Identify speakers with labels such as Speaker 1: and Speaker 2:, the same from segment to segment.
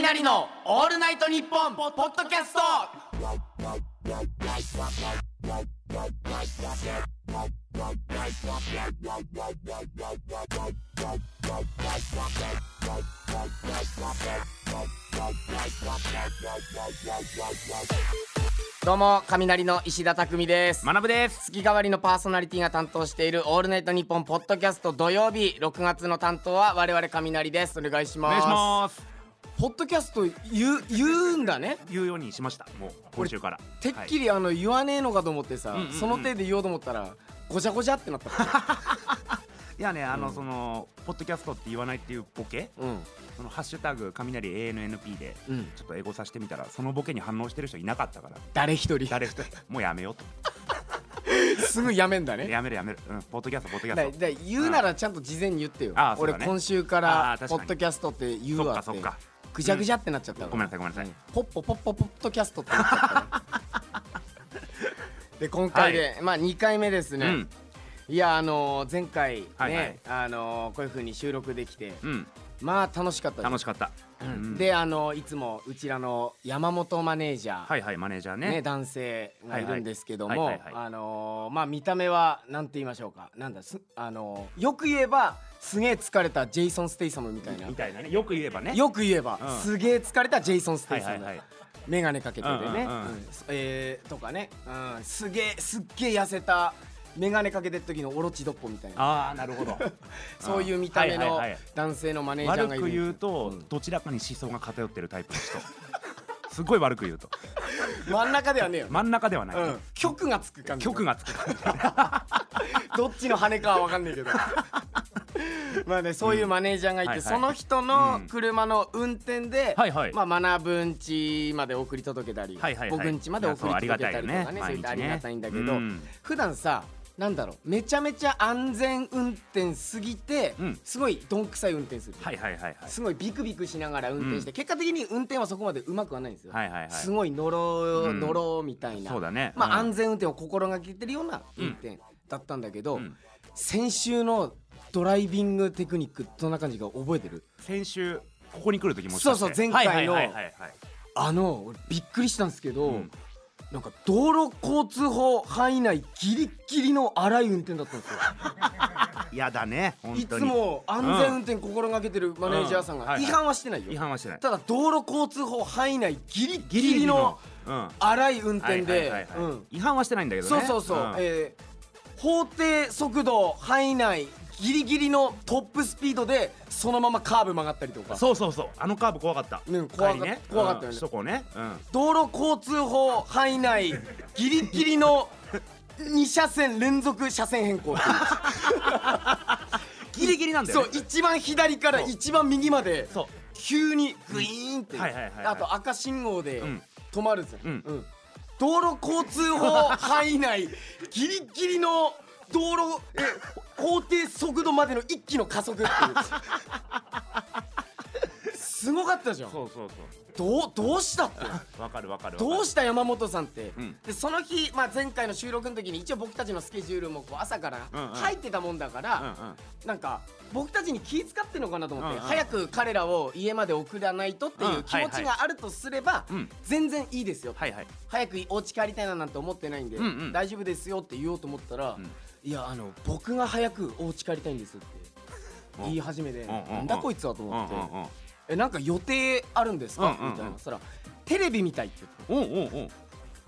Speaker 1: 雷のオールナイトニッポンポッドキャストどうも雷の石田匠です
Speaker 2: 学ぶです
Speaker 1: 月替わりのパーソナリティが担当している「オールナイトニッポン」ポッドキャスト土曜日6月の担当は我々雷ですお願いし
Speaker 2: お
Speaker 1: ます
Speaker 2: 願いします
Speaker 1: ポッドキャスト言う言うんだね
Speaker 2: 言うようにしましたもう今週から
Speaker 1: てっき
Speaker 2: り、
Speaker 1: りあの言わねえのかと思ってさ、
Speaker 2: うんうんうん
Speaker 1: その手で言おうと思ったらごちゃごちゃってなったから、
Speaker 2: い、いやねあの、そのポッドキャストって言わないっていうボケ
Speaker 1: うん
Speaker 2: そのハッシュタグ雷 ANNP で
Speaker 1: うん、
Speaker 2: ちょっと英語させてみたらそのボケに反応してる人いなかったから
Speaker 1: 誰一人
Speaker 2: 誰一人もうやめようと思っ
Speaker 1: すぐやめんだ
Speaker 2: て
Speaker 1: ね
Speaker 2: やめるやめる、うん、ポッドキャストポッドキ
Speaker 1: だ
Speaker 2: ャスト
Speaker 1: だ言うならちゃんと事前に言ってよ、
Speaker 2: あーそう
Speaker 1: 俺
Speaker 2: だね
Speaker 1: 今週か
Speaker 2: あ
Speaker 1: ら
Speaker 2: ー確
Speaker 1: ポ
Speaker 2: かに
Speaker 1: ッドキャストって言う
Speaker 2: そっ
Speaker 1: わ
Speaker 2: か
Speaker 1: って
Speaker 2: そっか
Speaker 1: ぐちゃぐちゃってなっちゃったから、
Speaker 2: ごめんなさいごめんなさい
Speaker 1: ポッポポッポポッドキャストってなっちゃったからで今回で、まあ2回目です
Speaker 2: う
Speaker 1: ね、
Speaker 2: ん
Speaker 1: いやあのー前回ね、
Speaker 2: はいはい
Speaker 1: あのーこういう風に収録できて
Speaker 2: うん
Speaker 1: まあ楽しかった
Speaker 2: 楽
Speaker 1: し
Speaker 2: しかった、うん
Speaker 1: であのーいつもうちらの山本マネージャー、
Speaker 2: はいはいマネージャー
Speaker 1: ね
Speaker 2: ね
Speaker 1: 男性がいるんですけど
Speaker 2: は
Speaker 1: も
Speaker 2: いはいはいはい
Speaker 1: あのーまあ見た目はなんて言いましょうかなんだすあのーよく言えばすげえ疲れたジェイソン・ステイサムみたいな
Speaker 2: みたいなねよく言えばね
Speaker 1: よく言えば、
Speaker 2: うん
Speaker 1: すげえ疲れたジェイソン・ステイサムだ、
Speaker 2: はいはいはい
Speaker 1: 眼鏡かけててね、
Speaker 2: うんうんうん
Speaker 1: うんえーとかね、うん、すげえすっげえ痩せた眼鏡かけてる時のオロチドッポみたいな
Speaker 2: ああなるほど
Speaker 1: そういう見た目の
Speaker 2: はいはいはい
Speaker 1: 男性のマネージャー
Speaker 2: 悪
Speaker 1: がいる
Speaker 2: く言
Speaker 1: ん
Speaker 2: う
Speaker 1: で
Speaker 2: と、どちらかに思想が偏ってるタイプの人すごい悪く言うと
Speaker 1: す真ん中ではねえよ、
Speaker 2: 真ん中ではない、
Speaker 1: うん、曲がつく感じ
Speaker 2: 曲がつく感 じ
Speaker 1: どっちの羽かは分かんないけど まあねそういうマネージャーがいて、
Speaker 2: はいはい
Speaker 1: その人
Speaker 2: う
Speaker 1: の
Speaker 2: ん
Speaker 1: 車の運転で、
Speaker 2: はいはい
Speaker 1: まあ、学ぶんちまで送り届けたり、
Speaker 2: はいはいはい
Speaker 1: 僕んちまで送り届けたりとか
Speaker 2: いやそうありがたいよ
Speaker 1: ね
Speaker 2: ね
Speaker 1: そういったあ
Speaker 2: 毎
Speaker 1: り
Speaker 2: 日ね
Speaker 1: がたいんだけど、
Speaker 2: うん
Speaker 1: 普段さなんだろうめちゃめちゃ安全運転すぎて、
Speaker 2: うん
Speaker 1: すごいどんくさい運転する、
Speaker 2: はいはいはいはい
Speaker 1: すごいビクビクしながら運転して、結果的に運転はそこまでうまくはないんですよ、
Speaker 2: はいはいはい
Speaker 1: すごい乗ろう、
Speaker 2: うん
Speaker 1: 乗ろうみたいな
Speaker 2: そうだね
Speaker 1: まあ、
Speaker 2: うん
Speaker 1: 安全運転を心がけてるような運転だったんだけど、
Speaker 2: うん
Speaker 1: 先週のドライビングテクニックどんな感じか覚えてる
Speaker 2: 先週ここに来る時もしかして
Speaker 1: そうそう前回の
Speaker 2: はいはいはいはいはい
Speaker 1: あの俺びっくりしたんですけど、
Speaker 2: うん
Speaker 1: なんか道路交通法範囲内ギリギリの荒い運転だったん ですよ
Speaker 2: やだね本
Speaker 1: い
Speaker 2: 当
Speaker 1: つ
Speaker 2: に
Speaker 1: も安全運転心がけてるマネージャーさん
Speaker 2: うん
Speaker 1: が
Speaker 2: はいは
Speaker 1: 違
Speaker 2: い
Speaker 1: 反はしてないよ、
Speaker 2: 違反はしてない
Speaker 1: ただ道路交通法範囲内ギリギリの
Speaker 2: うん
Speaker 1: 荒い運
Speaker 2: は
Speaker 1: 転
Speaker 2: いはい
Speaker 1: で
Speaker 2: はいはい
Speaker 1: うん
Speaker 2: 違反はしてないんだけど
Speaker 1: そう
Speaker 2: ね
Speaker 1: そうそう、
Speaker 2: ん
Speaker 1: えー法定速度範囲内ギリギリのトップスピードでそのままカーブ曲がったりとか
Speaker 2: そうそうそうあのカーブ怖かった
Speaker 1: うん怖かった
Speaker 2: 帰りね
Speaker 1: 怖かったよね
Speaker 2: うん首都高ねうん
Speaker 1: 道路交通法範囲内ギリギリの2車線連続車線変更っていう
Speaker 2: ギリギリなんだよ
Speaker 1: そ
Speaker 2: ね
Speaker 1: う一番左から一番右まで
Speaker 2: そう
Speaker 1: 急にグイーンって
Speaker 2: はいはいはいはい
Speaker 1: あと赤信号で
Speaker 2: うん
Speaker 1: 止まるんですよ、
Speaker 2: うん
Speaker 1: うん道路交通法範囲内 ギリギリの道路え法定速度までの一気の加 速っていうすごかったじゃん
Speaker 2: そうそうそ
Speaker 1: どうどうしたって
Speaker 2: うわかるわかるわかる
Speaker 1: どうした山本さんって、
Speaker 2: うん
Speaker 1: でその日、まあ、前回の収録の時に一応僕たちのスケジュールもこう朝から
Speaker 2: うんうん
Speaker 1: 入ってたもんだから、
Speaker 2: うんうん
Speaker 1: なんか僕たちに気遣ってんのかなと思って、
Speaker 2: うんうん
Speaker 1: 早く彼らを家まで送らないとってい
Speaker 2: うん
Speaker 1: う気持ちがあるとすれば、
Speaker 2: うん
Speaker 1: 全然いいですよ、
Speaker 2: はいはい
Speaker 1: 早くお家帰りたいななんて思ってないんで、
Speaker 2: うんうん
Speaker 1: 大丈夫ですよって言おうと思ったら、
Speaker 2: ん
Speaker 1: いやあの僕が早くお家帰りたいんですって
Speaker 2: うん
Speaker 1: 言い始めで、
Speaker 2: んうんうん
Speaker 1: なんだこいつはと
Speaker 2: う
Speaker 1: 思
Speaker 2: ん
Speaker 1: って、
Speaker 2: うんうん
Speaker 1: えなんか予定あるんですか、
Speaker 2: うんうんうん
Speaker 1: みたいなそしたらテレビ見たいって言って。
Speaker 2: おうおうおう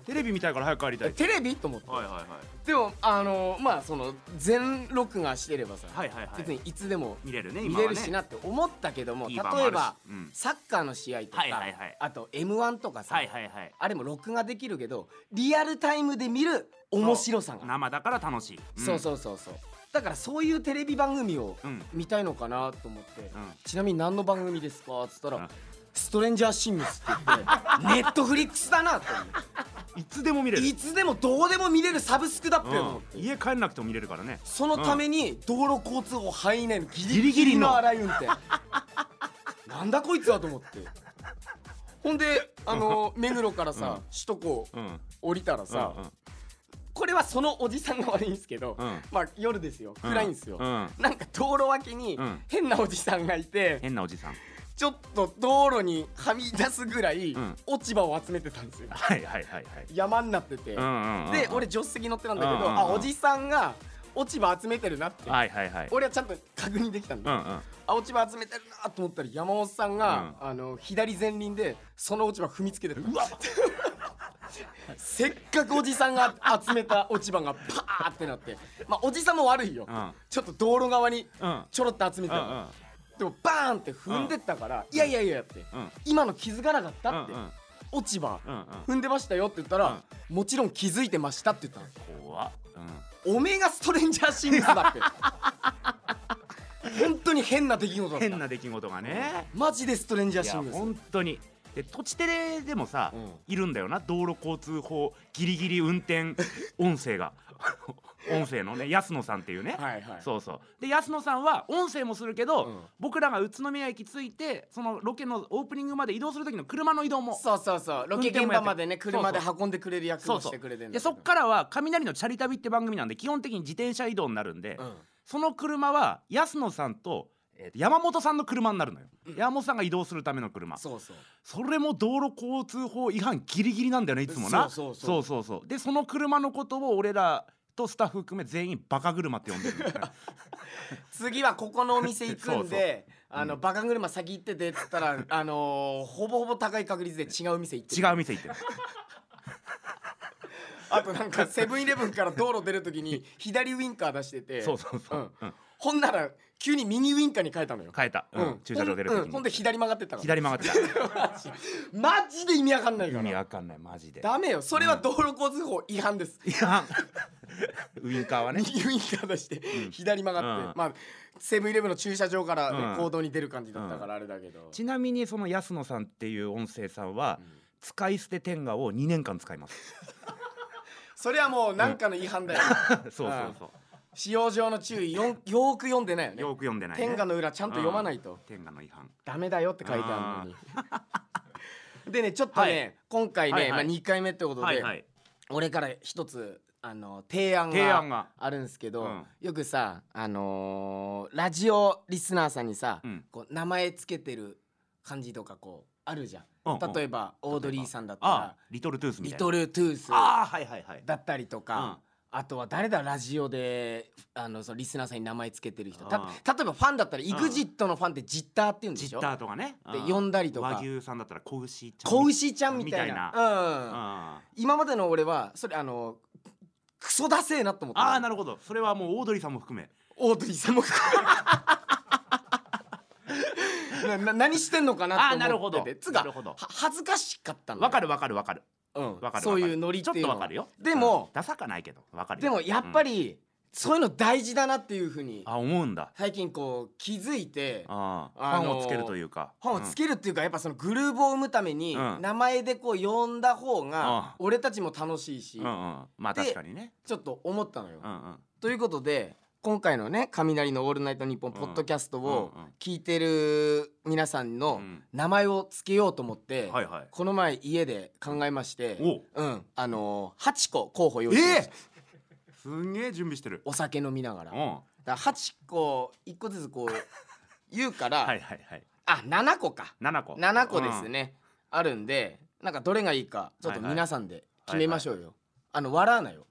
Speaker 2: テレビ見たいから早く帰りたい
Speaker 1: テレビと思って、
Speaker 2: はいはいはい
Speaker 1: でもあのまあその全録画してればさ、
Speaker 2: はいはいはい
Speaker 1: 別にいつでも
Speaker 2: 見れるね
Speaker 1: 見
Speaker 2: 今はね
Speaker 1: れるしなって思ったけども、
Speaker 2: TVer もあるし
Speaker 1: 例えば、
Speaker 2: うん
Speaker 1: サッカーの試合とか、
Speaker 2: はいはいはい
Speaker 1: あと m 1とかさ、
Speaker 2: はいはいはい
Speaker 1: あれも録画できるけどリアルタイムで見る面白さが
Speaker 2: 生だから楽しい
Speaker 1: そう
Speaker 2: う
Speaker 1: そうそうそうだからそういうテレビ番組を
Speaker 2: うん
Speaker 1: 見たいのかなと思って、
Speaker 2: ん
Speaker 1: ちなみに何の番組ですかっつったら、
Speaker 2: うん
Speaker 1: ストレンジャーシングス」って 言ってネットフリックスだなって思って
Speaker 2: んいつでも見れる
Speaker 1: いつでもどうでも見れるサブスクだって
Speaker 2: う
Speaker 1: 思って、
Speaker 2: ん家帰んなくても見れるからね
Speaker 1: そのために道路交通法範囲内のギリ
Speaker 2: ギ
Speaker 1: ギ
Speaker 2: リギ
Speaker 1: リ
Speaker 2: リ
Speaker 1: の
Speaker 2: の
Speaker 1: 荒い運転 なんだこいつはと思ってほんであ の目黒からさ、首都高
Speaker 2: うん
Speaker 1: 降りたらさ、
Speaker 2: うんうん
Speaker 1: これはそのおじさんが悪いんですけど、
Speaker 2: うん
Speaker 1: まあ夜ですよ暗いんですよ、
Speaker 2: うん
Speaker 1: なんか道路脇に
Speaker 2: うん
Speaker 1: 変なおじさんがいて、
Speaker 2: 変なおじさん
Speaker 1: ちょっと道路にはみ出すぐらい、
Speaker 2: うん
Speaker 1: 落ち葉を集めてたんですよ
Speaker 2: はいはいはいはい
Speaker 1: 山になってて、
Speaker 2: うんうんうん
Speaker 1: で俺助手席乗ってたんだけど、
Speaker 2: うんうんうん
Speaker 1: あおじさんが落ち葉集めてるなって、
Speaker 2: はいはいはい
Speaker 1: 俺はちゃんと確認できたん
Speaker 2: う
Speaker 1: だ、
Speaker 2: んうん
Speaker 1: あ落ち葉集めてるなと思ったら山本さんが、あの左前輪でその落ち葉踏みつけてるうわせっかくおじさんが集めた落ち葉がパーってなってまあおじさんも悪いよ、
Speaker 2: うん
Speaker 1: ちょっと道路側に
Speaker 2: うん
Speaker 1: ちょろっと集めて
Speaker 2: う
Speaker 1: た
Speaker 2: んう
Speaker 1: の、
Speaker 2: ん
Speaker 1: でもバーンって踏んでったから、いやいやいやって、
Speaker 2: うん
Speaker 1: 今の気づかなかった
Speaker 2: うん
Speaker 1: って、
Speaker 2: うん
Speaker 1: 落ち葉、
Speaker 2: うん
Speaker 1: 踏んでましたよって言ったら、もちろん気づいてましたって言ったの
Speaker 2: うん怖っうん
Speaker 1: おめえがストレンジャーシングスだって本当に変な出来事だった
Speaker 2: 変な出来事がね
Speaker 1: マジでストレンジャー
Speaker 2: い
Speaker 1: シ
Speaker 2: や
Speaker 1: ングス
Speaker 2: 本当にで土地テレでもさ、
Speaker 1: うん
Speaker 2: いるんだよな道路交通法ギリギリ運 転音声が 音声のね安野さんっていうね、
Speaker 1: はいはい
Speaker 2: そうそうで安野さんは音声もするけど、
Speaker 1: うん
Speaker 2: 僕らが宇都宮駅着いてそのロケのオープニングまで移動する時の車の移動も
Speaker 1: そうそうそうロケ現場までね
Speaker 2: 運転
Speaker 1: 車
Speaker 2: もやって
Speaker 1: で
Speaker 2: る
Speaker 1: 運んでくれる役
Speaker 2: そ
Speaker 1: を
Speaker 2: う
Speaker 1: し
Speaker 2: そ
Speaker 1: てくれて
Speaker 2: うんで
Speaker 1: だ
Speaker 2: そっからは「雷のチャリ旅」って番組なんで基本的に自転車移動になるんで、
Speaker 1: ら、うん
Speaker 2: その車は安野さんと、えーと山本さんの車になるのよ、山本さんが移動するための車
Speaker 1: そうそう
Speaker 2: それも道路交通法違反ギリギリなんだよねいつもな
Speaker 1: そうそうそう
Speaker 2: そうそうそうでその車のことを俺らとスタッフ含め全員バカ車って呼んでるんだよね
Speaker 1: 次はここのお店行くんで
Speaker 2: そうそう
Speaker 1: あのバカ車先行っててっつった ら、あのーほぼほぼ高い確率で違う店行ってる
Speaker 2: 違う店行ってる
Speaker 1: あとなん かセブンイレブンから道路出るときに左ウインカー出してて
Speaker 2: そうそうそう、
Speaker 1: ん
Speaker 2: うん
Speaker 1: ほんなら急に右ウインカーに変えたのよ
Speaker 2: 変えた、うん駐車場出る時に、
Speaker 1: うんほんで左曲がってったから
Speaker 2: 左曲が って
Speaker 1: マジで意味わかんない
Speaker 2: た
Speaker 1: か
Speaker 2: 意味
Speaker 1: ら
Speaker 2: わかんないマジで
Speaker 1: ダメよそれは道路交通法違反です
Speaker 2: 違反ウインカーはね
Speaker 1: 右ウインカー出して左曲がって、
Speaker 2: うん
Speaker 1: まあセブンイレブンの駐車場からね、
Speaker 2: うん
Speaker 1: 行動に出る感じだったからあれだけど、
Speaker 2: ちなみにその安野さんっていう音声さんは、使い捨て天下を2年間使います
Speaker 1: それはもうなんかの違反だよ、
Speaker 2: そうそうそう、
Speaker 1: 使用上の注意よんよーく読んでないよね
Speaker 2: よく読んでない、ね、
Speaker 1: 天下の裏ちゃんと読まないと、
Speaker 2: 天下の違反
Speaker 1: ダメだよって書いてあるのにでねちょっとね、
Speaker 2: はい
Speaker 1: 今回ね、
Speaker 2: はいはい
Speaker 1: まあ、2回目ってことで、
Speaker 2: はいはい
Speaker 1: 俺から一つあの提案
Speaker 2: 提案
Speaker 1: が
Speaker 2: が
Speaker 1: あるんですけど、
Speaker 2: うん
Speaker 1: よくさあのーラジオリスナーさんにさ、
Speaker 2: うん
Speaker 1: こう名前つけてる感じとかこうあるじゃん、
Speaker 2: うんうん
Speaker 1: 例えばオードリーさんだった
Speaker 2: あ
Speaker 1: ら
Speaker 2: リトルトゥース
Speaker 1: リ
Speaker 2: みたいな
Speaker 1: トルトゥース
Speaker 2: ああはいはいはい
Speaker 1: だったりとか、あとは誰だラジオであのそのリスナーさんに名前つけてる人た
Speaker 2: うん
Speaker 1: 例えばファンだったら
Speaker 2: ん
Speaker 1: EXIT のファンってジッターって言うんで
Speaker 2: ジ
Speaker 1: し
Speaker 2: ッ
Speaker 1: ょ
Speaker 2: ターとかね
Speaker 1: で
Speaker 2: うん
Speaker 1: 呼んだりとか
Speaker 2: 和牛さんだったら子牛ちゃん
Speaker 1: 子牛ちゃんみたいな
Speaker 2: みたい
Speaker 1: うん
Speaker 2: あ
Speaker 1: 今までの俺はそれあのクソダセえなと思った
Speaker 2: あーなるほどそれはもうオードリーさんも含め
Speaker 1: オードリーさんも なな何してんのかな
Speaker 2: あーな
Speaker 1: って
Speaker 2: る
Speaker 1: 思
Speaker 2: ほ
Speaker 1: ってて
Speaker 2: ど
Speaker 1: つう
Speaker 2: な
Speaker 1: か
Speaker 2: るほど
Speaker 1: は恥ずかしかったの
Speaker 2: わか
Speaker 1: る、
Speaker 2: るわかるわかる
Speaker 1: うん、
Speaker 2: わかる
Speaker 1: そういうノリっていう
Speaker 2: ちょ
Speaker 1: の
Speaker 2: っ
Speaker 1: は
Speaker 2: とわかるよ
Speaker 1: でも
Speaker 2: うんダサかないけどわかる
Speaker 1: で
Speaker 2: よ
Speaker 1: もやっぱり、そういうの大事だなっていうふうに
Speaker 2: うんあ思うんだ
Speaker 1: 最近こう気づいて
Speaker 2: あー
Speaker 1: あのー
Speaker 2: ファンをつけるというか
Speaker 1: 本をつけるっていうかやっぱそのグルーブを生むために
Speaker 2: うん
Speaker 1: 名前でこう呼んだ方が
Speaker 2: あ
Speaker 1: 俺たちも楽しいし
Speaker 2: うんうんうんまあ
Speaker 1: で
Speaker 2: 確かにね
Speaker 1: ちょっと思ったのよ
Speaker 2: うん。うん
Speaker 1: ということで今回のね「雷のオールナイトニッポン」ポッドキャストを
Speaker 2: うんうんうん
Speaker 1: 聞いてる皆さんの
Speaker 2: うん
Speaker 1: 名前をつけようと思って、
Speaker 2: はいはい
Speaker 1: この前家で考えまして
Speaker 2: お
Speaker 1: うんあのー、8個候補用意しました、
Speaker 2: すんげえ準備してる
Speaker 1: お酒飲みながら
Speaker 2: うん
Speaker 1: だか
Speaker 2: は
Speaker 1: ら8個1個ずつこう 言うから、
Speaker 2: いはいはい
Speaker 1: あ7個か
Speaker 2: 七個
Speaker 1: 7個ですね、あるんでなんかどれがいいかちょっと
Speaker 2: はいはい
Speaker 1: 皆さんで決めましょうよ、あの笑わないよ、
Speaker 2: うん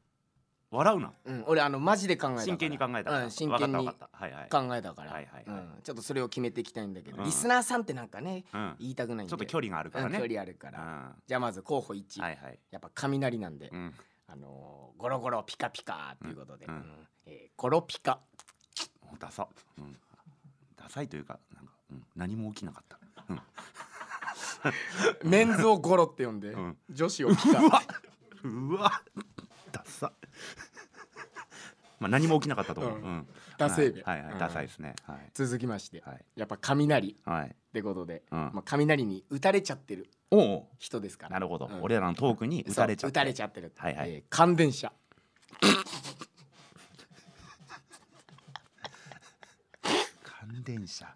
Speaker 2: 笑うな
Speaker 1: うん、俺あのマジで考えたから
Speaker 2: 真剣に考えたから
Speaker 1: うん、真剣に
Speaker 2: わかったわかったはいはい
Speaker 1: 考えたから、
Speaker 2: はいはいは
Speaker 1: う
Speaker 2: い
Speaker 1: ん、ちょっとそれを決めていきたいんだけど、
Speaker 2: うん
Speaker 1: リスナーさんってなんかね
Speaker 2: うん
Speaker 1: 言いたくないんで
Speaker 2: ちょっと距離があるからね
Speaker 1: うん距離あるから、
Speaker 2: うん
Speaker 1: じゃあまず候補1、
Speaker 2: はいはい
Speaker 1: やっぱ雷なんで、
Speaker 2: うん
Speaker 1: あのーゴロゴロピカピカということで、
Speaker 2: うん
Speaker 1: うんえーゴロピカ
Speaker 2: ダサ、うん、ダサいというかなんか、うん、何も起きなかった、うん、
Speaker 1: メンズをゴロって呼んで、
Speaker 2: ん
Speaker 1: 女子をピカ
Speaker 2: うわダサまあ何も起きなかったと思う、
Speaker 1: う
Speaker 2: うんん
Speaker 1: ダセーべ
Speaker 2: はいはい、
Speaker 1: うん
Speaker 2: ダサいですねはい
Speaker 1: 続きまして、
Speaker 2: はい
Speaker 1: やっぱ雷
Speaker 2: はい
Speaker 1: ってことで、
Speaker 2: うん
Speaker 1: まあ、雷に打たれちゃってる
Speaker 2: おお
Speaker 1: 人ですから
Speaker 2: なるほど、
Speaker 1: うん
Speaker 2: 俺らのトークに打たれち
Speaker 1: そ
Speaker 2: ゃ
Speaker 1: う
Speaker 2: っ
Speaker 1: 打た
Speaker 2: た
Speaker 1: れちゃってる、
Speaker 2: はいはい
Speaker 1: えー感電車
Speaker 2: 感電車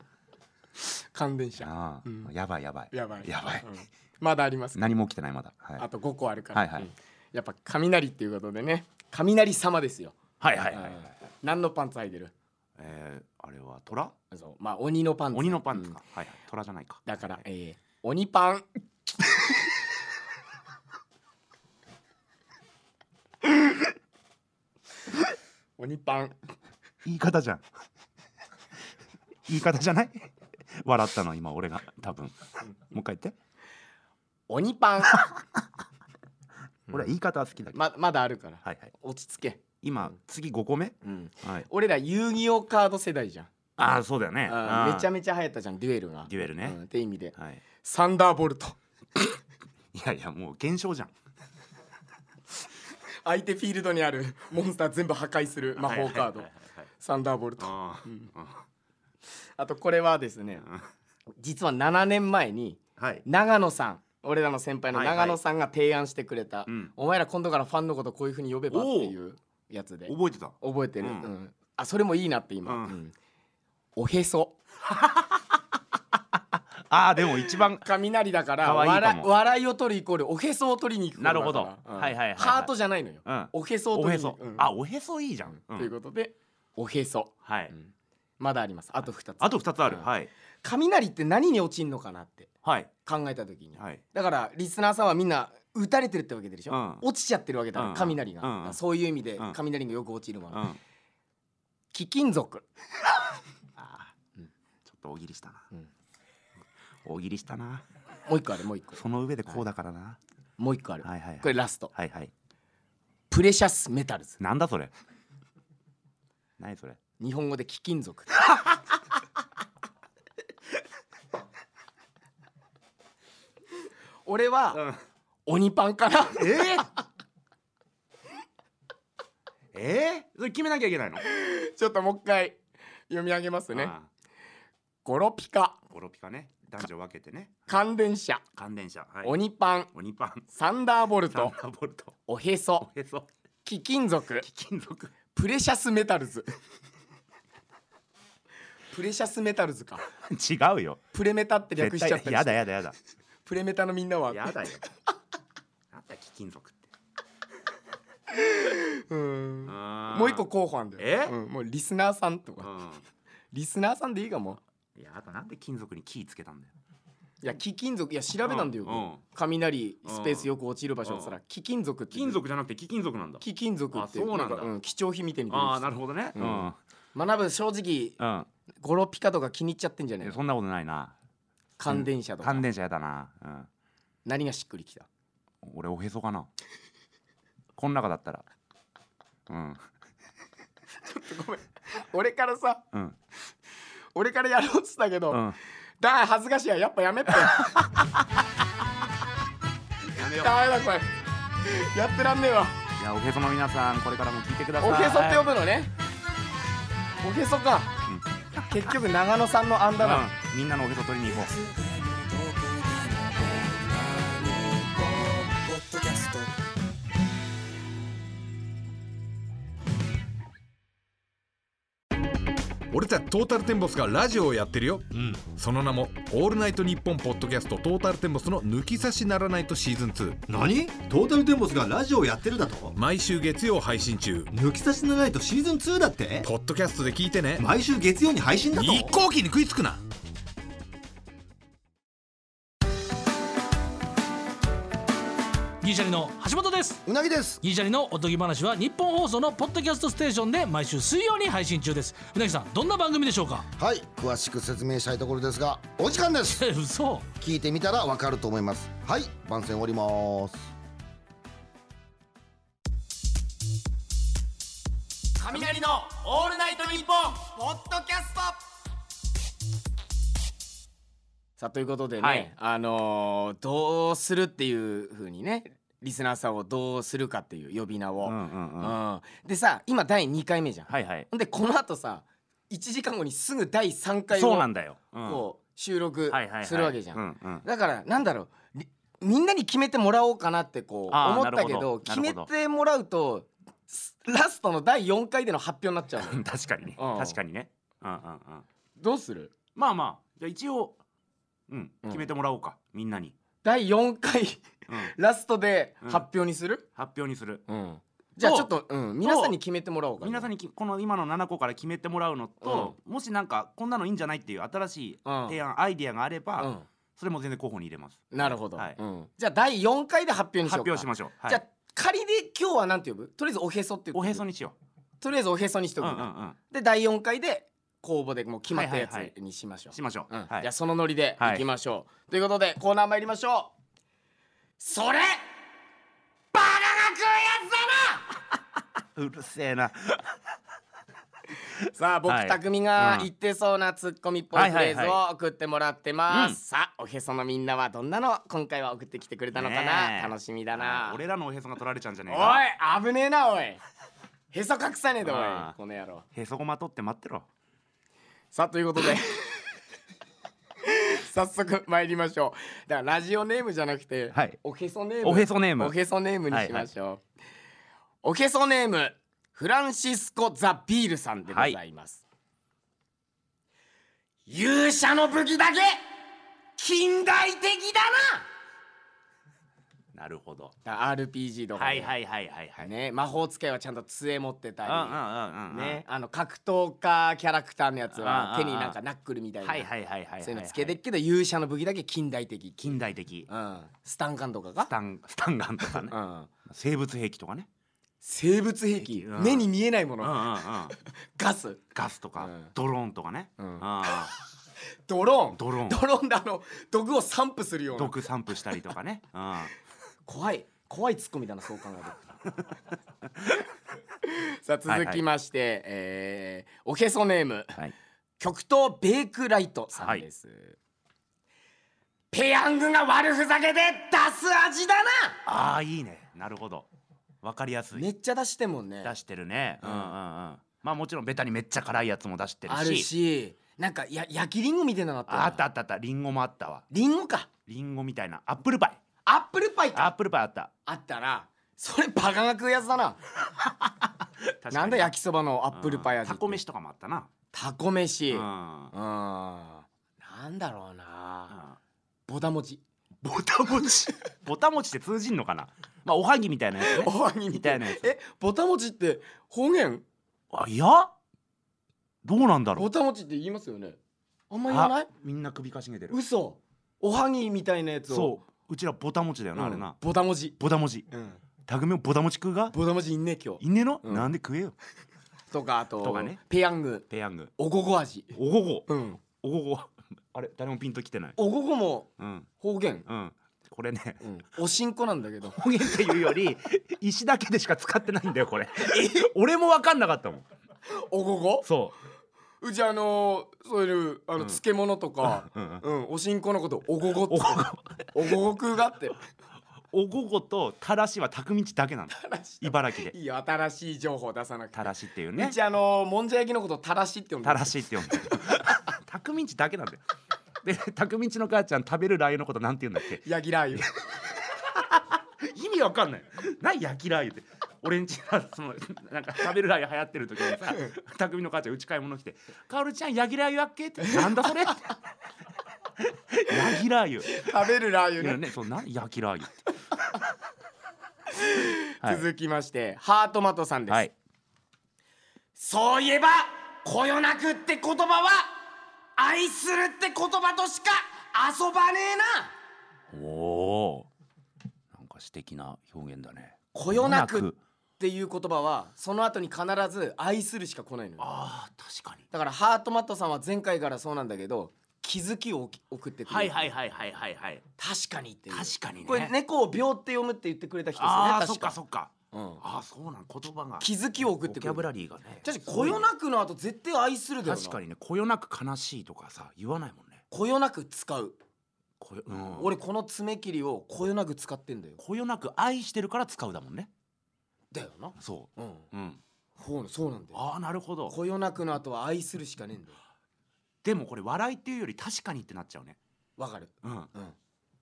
Speaker 1: 感電車
Speaker 2: ああ、
Speaker 1: うん
Speaker 2: やばいやばい
Speaker 1: やばい
Speaker 2: やばい、
Speaker 1: うんまだあります
Speaker 2: 何も起きてないまだ、はい、
Speaker 1: あと5個あるから、
Speaker 2: はいはい
Speaker 1: うんやっぱ雷っていうことでね雷様ですよ、
Speaker 2: はいはいはいはい、
Speaker 1: うん何のパンツ履いてる
Speaker 2: えー、あれは虎
Speaker 1: そうまあ鬼のパンツ
Speaker 2: 鬼のパンツ
Speaker 1: うん
Speaker 2: か、はいはい虎じゃないか
Speaker 1: だから
Speaker 2: は、い
Speaker 1: えー、鬼パン鬼パン
Speaker 2: 言い方じゃん言い方じゃない笑ったの今俺が多分もう一回言って
Speaker 1: 鬼パン
Speaker 2: 俺は言い方は好きだけど、
Speaker 1: ままだあるから
Speaker 2: はいはい
Speaker 1: 落ち着け、
Speaker 2: 今次5個目
Speaker 1: うん、
Speaker 2: はい
Speaker 1: 俺ら遊戯王カード世代じゃん
Speaker 2: ああそうだよね
Speaker 1: あーめちゃ
Speaker 2: め
Speaker 1: めちゃ流行ったじゃんデュエルが
Speaker 2: デュエルね
Speaker 1: うんって意味で
Speaker 2: ちゃはい
Speaker 1: サンダーボルト
Speaker 2: いやいやもう現象じゃん
Speaker 1: 相手フィールドにある モンスター全部破壊する魔法カード
Speaker 2: はいはいはいはい
Speaker 1: サンダーボルト
Speaker 2: あー
Speaker 1: うんあとこれはですね
Speaker 2: うん
Speaker 1: 実は7年前に
Speaker 2: はい
Speaker 1: 長野さん俺らの先輩の長野さんが提案してくれた、
Speaker 2: うん
Speaker 1: お前ら今度からファンのことこういうふうに呼べばっていうやつで
Speaker 2: 覚えてた
Speaker 1: 覚えてる、
Speaker 2: う
Speaker 1: うんんあそれもいいなって今、
Speaker 2: うん
Speaker 1: うんおへそ
Speaker 2: ああでも一番
Speaker 1: 雷だから
Speaker 2: 可愛いか
Speaker 1: 笑
Speaker 2: も
Speaker 1: い笑いを取るイコールおへそを取りに行くことだから
Speaker 2: なるほどはいはいはいはい
Speaker 1: ハートじゃないのよ、
Speaker 2: うん
Speaker 1: おへそを
Speaker 2: お
Speaker 1: 取
Speaker 2: へ
Speaker 1: りに行
Speaker 2: そ
Speaker 1: く、うん
Speaker 2: あおへそいいじゃん
Speaker 1: ということでおへそ
Speaker 2: はい
Speaker 1: まだありますあと2つ
Speaker 2: あと2つある
Speaker 1: うん
Speaker 2: はい
Speaker 1: 雷って何に落ちんのかなって
Speaker 2: はい
Speaker 1: 考えた時に、
Speaker 2: はい
Speaker 1: だからリスナーさんはみんな打たれてるってわけでしょ、
Speaker 2: うん
Speaker 1: 落ちちゃってるわけだから、
Speaker 2: うん
Speaker 1: 雷が、
Speaker 2: うん
Speaker 1: だからそういう意味で
Speaker 2: うん
Speaker 1: 雷がよく落ちるも
Speaker 2: う
Speaker 1: の、
Speaker 2: ん
Speaker 1: 貴金属
Speaker 2: あー
Speaker 1: うん
Speaker 2: ちょっと大喜利したな
Speaker 1: うん
Speaker 2: 大喜利したな
Speaker 1: もう一個あるもう一個
Speaker 2: その上でこうだからな
Speaker 1: もう一個ある、
Speaker 2: はいはい
Speaker 1: これラスト
Speaker 2: はいはい
Speaker 1: プレシャスメタルズ
Speaker 2: なんだそれ何それ
Speaker 1: 日本語で貴金属俺は鬼パンかな
Speaker 2: えええーそれ決めなきゃいけないの
Speaker 1: ちょっともう一回読み上げますね
Speaker 2: あ
Speaker 1: ゴロピカ
Speaker 2: ーゴロピカね男女分けてね
Speaker 1: 乾電車
Speaker 2: 乾電車はい
Speaker 1: 鬼パン
Speaker 2: 鬼パン
Speaker 1: サンダーボル
Speaker 2: サン
Speaker 1: ト
Speaker 2: ダーボルト
Speaker 1: おへそ
Speaker 2: おへそ
Speaker 1: 貴金属
Speaker 2: 貴金属
Speaker 1: プレシャスメタルズプレシャスメタルズか
Speaker 2: 違うよ
Speaker 1: プレメタって略しちゃったりして
Speaker 2: やだやだやだ
Speaker 1: プレメタのみんなは
Speaker 2: やだよなんだ貴金属って
Speaker 1: うん
Speaker 2: も
Speaker 1: もう一個候補あんだよ
Speaker 2: え
Speaker 1: うんもうリスナーさんと
Speaker 2: う
Speaker 1: か
Speaker 2: ん
Speaker 1: リスナーさんでいいかも
Speaker 2: いやあとなんで金属にキーつけたんだよ
Speaker 1: いや貴金属いや調べたんだよ、
Speaker 2: うんうん
Speaker 1: 雷スペースよく落ちる場所
Speaker 2: うん
Speaker 1: そら貴金属って
Speaker 2: 金属じゃなくて貴金属なんだ
Speaker 1: 貴金属って
Speaker 2: あそうなんだ
Speaker 1: か貴重品みたいに出てき
Speaker 2: あ
Speaker 1: た
Speaker 2: あなるほどねう
Speaker 1: うんん学ぶ正直
Speaker 2: うん
Speaker 1: ゴロピカとか気に入っちゃってんじゃね
Speaker 2: い
Speaker 1: え
Speaker 2: や
Speaker 1: の
Speaker 2: そんなことないな
Speaker 1: 乾電車とか
Speaker 2: 乾電車やだなうん
Speaker 1: 何がしっくりきた
Speaker 2: 俺おへそかなこん中だったらうん
Speaker 1: ごめん俺からさ
Speaker 2: うん
Speaker 1: 俺からやろうっつったけど、
Speaker 2: うん
Speaker 1: だから恥ずかしいややっぱや めて
Speaker 2: やめよう
Speaker 1: ダメだこれやってらんねえわ
Speaker 2: いやおへその皆さんこれからも聞いてください
Speaker 1: おへそって呼ぶのねおへそか、結局長野さんのあんだな、
Speaker 2: うんみんなのおへそ取りに行こう
Speaker 3: 俺たちトータルテンボスがラジオをやってるよ、その名も「オールナイトニッポン」ポッドキャストトータルテンボスの「抜き差しならないと」シーズン2
Speaker 4: 何トータルテンボスがラジオやってるだと
Speaker 3: 毎週月曜配信中
Speaker 4: 抜き差しならないとシーズン2だって
Speaker 3: ポッドキャストで聞いてね
Speaker 4: 毎週月曜に配信だと
Speaker 3: 一向機に食いつくな
Speaker 5: ギリシャリの橋本です
Speaker 4: うなぎです
Speaker 5: ギリシャリのおとぎ話は日本放送のポッドキャストステーションで毎週水曜に配信中ですうなぎさんどんな番組でしょうか
Speaker 6: はい詳しく説明したいところですがお時間です
Speaker 5: え嘘
Speaker 6: 聞いてみたらわかると思いますはい番宣終わります
Speaker 1: 雷のオールナイトニッポンポッドキャストさあということでね、
Speaker 2: はい
Speaker 1: あのーどうするっていう風にねリスナーさんをどうするかっていう呼び名を、
Speaker 2: うんうんうん
Speaker 1: うんでさ今第2回目じゃん、
Speaker 2: はいはい
Speaker 1: ほんでこの後さ1時間後にすぐ第3回
Speaker 2: そうなん
Speaker 1: を
Speaker 2: だようん
Speaker 1: こう収録
Speaker 2: はいはいはい
Speaker 1: するわけじゃ
Speaker 2: うんん
Speaker 1: だからなんだろうりみんなに決めてもらおうかなってこう
Speaker 2: あー
Speaker 1: 思ったけ
Speaker 2: なるほど
Speaker 1: ど決め
Speaker 2: なるほ
Speaker 1: てもらうとすラストの第4回での発表になっちゃうのよ
Speaker 2: うん 確かにね
Speaker 1: うん
Speaker 2: 確かにねうんうんうん
Speaker 1: どうする
Speaker 2: まあまあじゃあ一応うん
Speaker 1: うん
Speaker 2: 決めてもらおうかみんなに
Speaker 1: 第4回
Speaker 2: うん
Speaker 1: ラストで
Speaker 2: うん
Speaker 1: 発表にする、
Speaker 2: 発表にする
Speaker 1: うんじゃあちょっと、うん、皆さんに決めてもらおうか
Speaker 2: 皆さんにきこの今の7個から決めてもらうのと、もしなんかこんなのいいんじゃないっていう新しい提案、アイディアがあれば、それも全然候補に入れます
Speaker 1: うん、なるほど、
Speaker 2: はい
Speaker 1: うん、じゃあ第4回で発表にし
Speaker 2: 発
Speaker 1: ようか
Speaker 2: 表しましょう、はい、
Speaker 1: じゃあ仮で今日はなんて呼ぶとりあえずおへそって言
Speaker 2: お
Speaker 1: って
Speaker 2: へそにしよ
Speaker 1: とりあえずおへそにし
Speaker 2: う
Speaker 1: と
Speaker 2: うん
Speaker 1: く
Speaker 2: うんん
Speaker 1: だ、
Speaker 2: うん
Speaker 1: で第4回で公募でもう決まったや
Speaker 2: はいはい
Speaker 1: つにしましょう、
Speaker 2: しましょう、
Speaker 1: うん
Speaker 2: はい
Speaker 1: じゃあそのノリで
Speaker 2: はい
Speaker 1: いきましょう、ということでコーナー参りましょうそれバカ
Speaker 2: うるせえな
Speaker 1: が食うやつだなさあ僕、
Speaker 2: はい
Speaker 1: 匠が
Speaker 2: うん
Speaker 1: 言ってそうなツッコミっぽいフレー
Speaker 2: はい
Speaker 1: ズ
Speaker 2: は
Speaker 1: を送ってもらってます、さあおへそのみんなはどんなの今回は送ってきてくれたのかな、
Speaker 2: ねえ
Speaker 1: 楽しみだな、
Speaker 2: 俺らのおへそが取られちゃうんじゃねえか
Speaker 1: おい危ねえなおいへそ隠さねえでおい
Speaker 2: ああ
Speaker 1: この野郎
Speaker 2: へそごま取って待ってろ
Speaker 1: さあということで 早速参りましょうだからラジオネームじゃなくて、
Speaker 2: はい
Speaker 1: おへそネーム
Speaker 2: おへそネーム
Speaker 1: おへそネームにしましょう、おへそネームフランシスコ・ザ・ビールさんでございます、勇者の武器だけ近代的だ
Speaker 2: なるほど
Speaker 1: なだ RPG とか
Speaker 2: はい
Speaker 1: ね、
Speaker 2: はいはいはいはい、
Speaker 1: ね魔法使いはちゃんと杖持ってたり、
Speaker 2: うんうんうんうん
Speaker 1: ね、あの格闘家キャラクターのやつ
Speaker 2: うんうんう
Speaker 1: は
Speaker 2: ん
Speaker 1: 手になんかナックルみたいな、
Speaker 2: はいはいはいはいはい
Speaker 1: そういうのつけてっけど勇者の武器だけ近代的、
Speaker 2: 近代的
Speaker 1: うん、スタンガンとか
Speaker 2: ス
Speaker 1: が、
Speaker 2: タンスタンガンとかね
Speaker 1: うん、
Speaker 2: 生物兵器とかね
Speaker 1: 生物兵器、
Speaker 2: うん
Speaker 1: 目に見えないも
Speaker 2: う
Speaker 1: の、
Speaker 2: んうんうん
Speaker 1: ガス
Speaker 2: ガスとか、
Speaker 1: うん
Speaker 2: ドローンとかね、
Speaker 1: うん
Speaker 2: あ
Speaker 1: ドローン
Speaker 2: ドローン
Speaker 1: ドローンであの毒を散布するよ
Speaker 2: ー
Speaker 1: うな
Speaker 2: 毒散布したりとかね、 うん、
Speaker 1: 怖い怖いツッコミだなそう考 えるとさあ続きまして、えーおへそネーム
Speaker 2: はい
Speaker 1: 極東ベイクライトさんです、ペヤングが悪ふざけで出す味だな
Speaker 2: ああいいねなるほどわかりやすい
Speaker 1: めっちゃ出してんもんね
Speaker 2: 出してるね、うん、
Speaker 1: ん
Speaker 2: うんうんまあもちろんベタにめっちゃ辛いやつも出してるし
Speaker 1: あるしなんかや焼きリンゴみたいなのあったよ
Speaker 2: あ
Speaker 1: な
Speaker 2: あったあったあったリンゴもあったわ
Speaker 1: リンゴか
Speaker 2: リンゴみたいなアップルパイ
Speaker 1: アップルパイか
Speaker 2: アップルパイあった
Speaker 1: あったらそれバカが食うやつだな
Speaker 2: 確かに
Speaker 1: なんだ焼きそばのア
Speaker 2: うん
Speaker 1: ップルパイ味って
Speaker 2: タコ飯とかもあったな、
Speaker 1: タコ飯
Speaker 2: う
Speaker 1: うんんなんだろう
Speaker 2: う
Speaker 1: なんボタモチ
Speaker 2: ボタモチボタモチって通じんのかなまあおはぎみたいなやつね
Speaker 1: おはぎみたいな
Speaker 2: みたいな
Speaker 1: えボタモチって方言
Speaker 2: あいやどうなんだろ
Speaker 1: ボ
Speaker 2: う
Speaker 1: タモチって言いますよねあんま言わない
Speaker 2: あみんな首かしげてる
Speaker 1: 嘘おはぎみたいなやつを
Speaker 2: そううちらボタモチだよ
Speaker 1: うん
Speaker 2: な、あれな
Speaker 1: ボタモチ
Speaker 2: ボタモチ
Speaker 1: うん
Speaker 2: タグミをボタモチ食うが
Speaker 1: ボタモチいんね今日
Speaker 2: いねえの、
Speaker 1: うん
Speaker 2: なんで食えよ
Speaker 1: とかあと
Speaker 2: とかね
Speaker 1: ペヤング
Speaker 2: ペヤング
Speaker 1: おごご味
Speaker 2: おごご
Speaker 1: うん
Speaker 2: おごごあれ誰もピンときてない
Speaker 1: おごごも
Speaker 2: うん
Speaker 1: 方言
Speaker 2: うんこれね
Speaker 1: うんおしんこなんだけど
Speaker 2: 方言っていうより石だけでしか使ってないんだよこれ俺も分かんなかったもん
Speaker 1: おごご
Speaker 2: そう
Speaker 1: うちあのーそういうあの漬物とか、
Speaker 2: うんうん
Speaker 1: うんおしんこのことおごごっておごごくがあって
Speaker 2: おごごとたらしはたくみちだけなの茨城で
Speaker 1: いいよ新しい情報出さなくて
Speaker 2: たらしっていう
Speaker 1: う
Speaker 2: ね
Speaker 1: ちあのーもんじゃ焼きのことたらしって呼んで
Speaker 2: た
Speaker 1: る
Speaker 2: らしって呼ん でるたくみちだけなんだよでたくみちの母ちゃん食べるラー油のことなんて言うんだっけ
Speaker 1: ヤギラー油
Speaker 2: 意味わかんない何焼きラー油って俺んちがそのなんか食べるラー油流行ってる時にさ匠の母ちゃんうち買い物来て「カオルちゃん焼きラー油やっけ?」って「なんだそれ?」焼きラー油
Speaker 1: 食べるラー
Speaker 2: い
Speaker 1: 油
Speaker 2: や
Speaker 1: ね、
Speaker 2: ねそう何焼きラー油ってはい
Speaker 1: 続きましてハートマトさんです、
Speaker 2: はい
Speaker 1: そういえば「こよなく」って言葉は「愛する」って言葉としか遊ばねえな
Speaker 2: おおーなんか詩的な表現だね
Speaker 1: こよなくっていう言葉はその後に必ず「愛する」しか来ないのよ
Speaker 2: あー確かに
Speaker 1: だからハートマットさんは前回からそうなんだけど気づきをおき送ってくれる、
Speaker 2: はいはいはいはいはいはい
Speaker 1: 確かにっていう
Speaker 2: 確かにね
Speaker 1: これ猫を病って読むって言ってくれた人ですよね
Speaker 2: ああ
Speaker 1: 確
Speaker 2: そっかそっか
Speaker 1: うん
Speaker 2: ああそうなん言葉が
Speaker 1: 気づきを送っ
Speaker 2: ボ
Speaker 1: てく
Speaker 2: キ
Speaker 1: れ
Speaker 2: ャ
Speaker 1: る
Speaker 2: ブラリーがね
Speaker 1: 確かにこよなくの後絶対愛するだよな
Speaker 2: 確かにねこよなく悲しいとかさ言わないもんね
Speaker 1: こよなく使う、
Speaker 2: こよ,、うん、
Speaker 1: 俺この爪切りをこよなく使ってんだよ
Speaker 2: こよなく愛してるから使うだもんね
Speaker 1: だよな
Speaker 2: そ
Speaker 1: うん
Speaker 2: う、うん、
Speaker 1: ほうそうなんだよ
Speaker 2: ああなるほど
Speaker 1: こよなくの後は愛するしかねえんだよ
Speaker 2: でもこれ笑いっていうより確かにってなっちゃうね
Speaker 1: わかる
Speaker 2: うん
Speaker 1: うん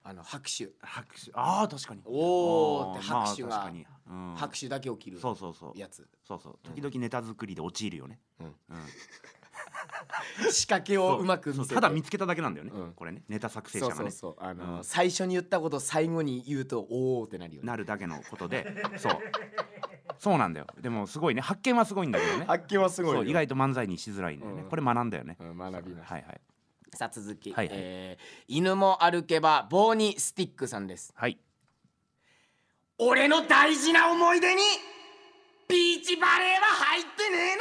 Speaker 1: あの拍手
Speaker 2: 拍手ああ確かに
Speaker 1: おーって
Speaker 2: あまあ
Speaker 1: 拍手が
Speaker 2: 確かに、うん、
Speaker 1: 拍手だけ起きる
Speaker 2: そうそうそう
Speaker 1: やつ
Speaker 2: そうそう時々ネタ作りで陥るよね、
Speaker 1: うん
Speaker 2: うん
Speaker 1: 仕掛けをうまく見
Speaker 2: そう
Speaker 1: せて
Speaker 2: ただ見つけただけなんだよね、
Speaker 1: うん
Speaker 2: これねネタ作成者
Speaker 1: そ
Speaker 2: が
Speaker 1: う
Speaker 2: ね
Speaker 1: そうそうあの、
Speaker 2: うん
Speaker 1: 最初に言ったことを最後に言うとおおってなるよね
Speaker 2: なるだけのことでそうそうなんだよでもすごいね発見はすごいんだけどね
Speaker 1: 発見はすごいよ
Speaker 2: そう意外と漫才にしづらいんだよね、
Speaker 1: うん
Speaker 2: これ学んだよね、
Speaker 1: うん学びました
Speaker 2: はいはい
Speaker 1: さあ続き、
Speaker 2: はいはい
Speaker 1: えー犬も歩けば棒にスティックさんです
Speaker 2: はい
Speaker 1: 俺の大事な思い出にビーチバレーは入ってねえ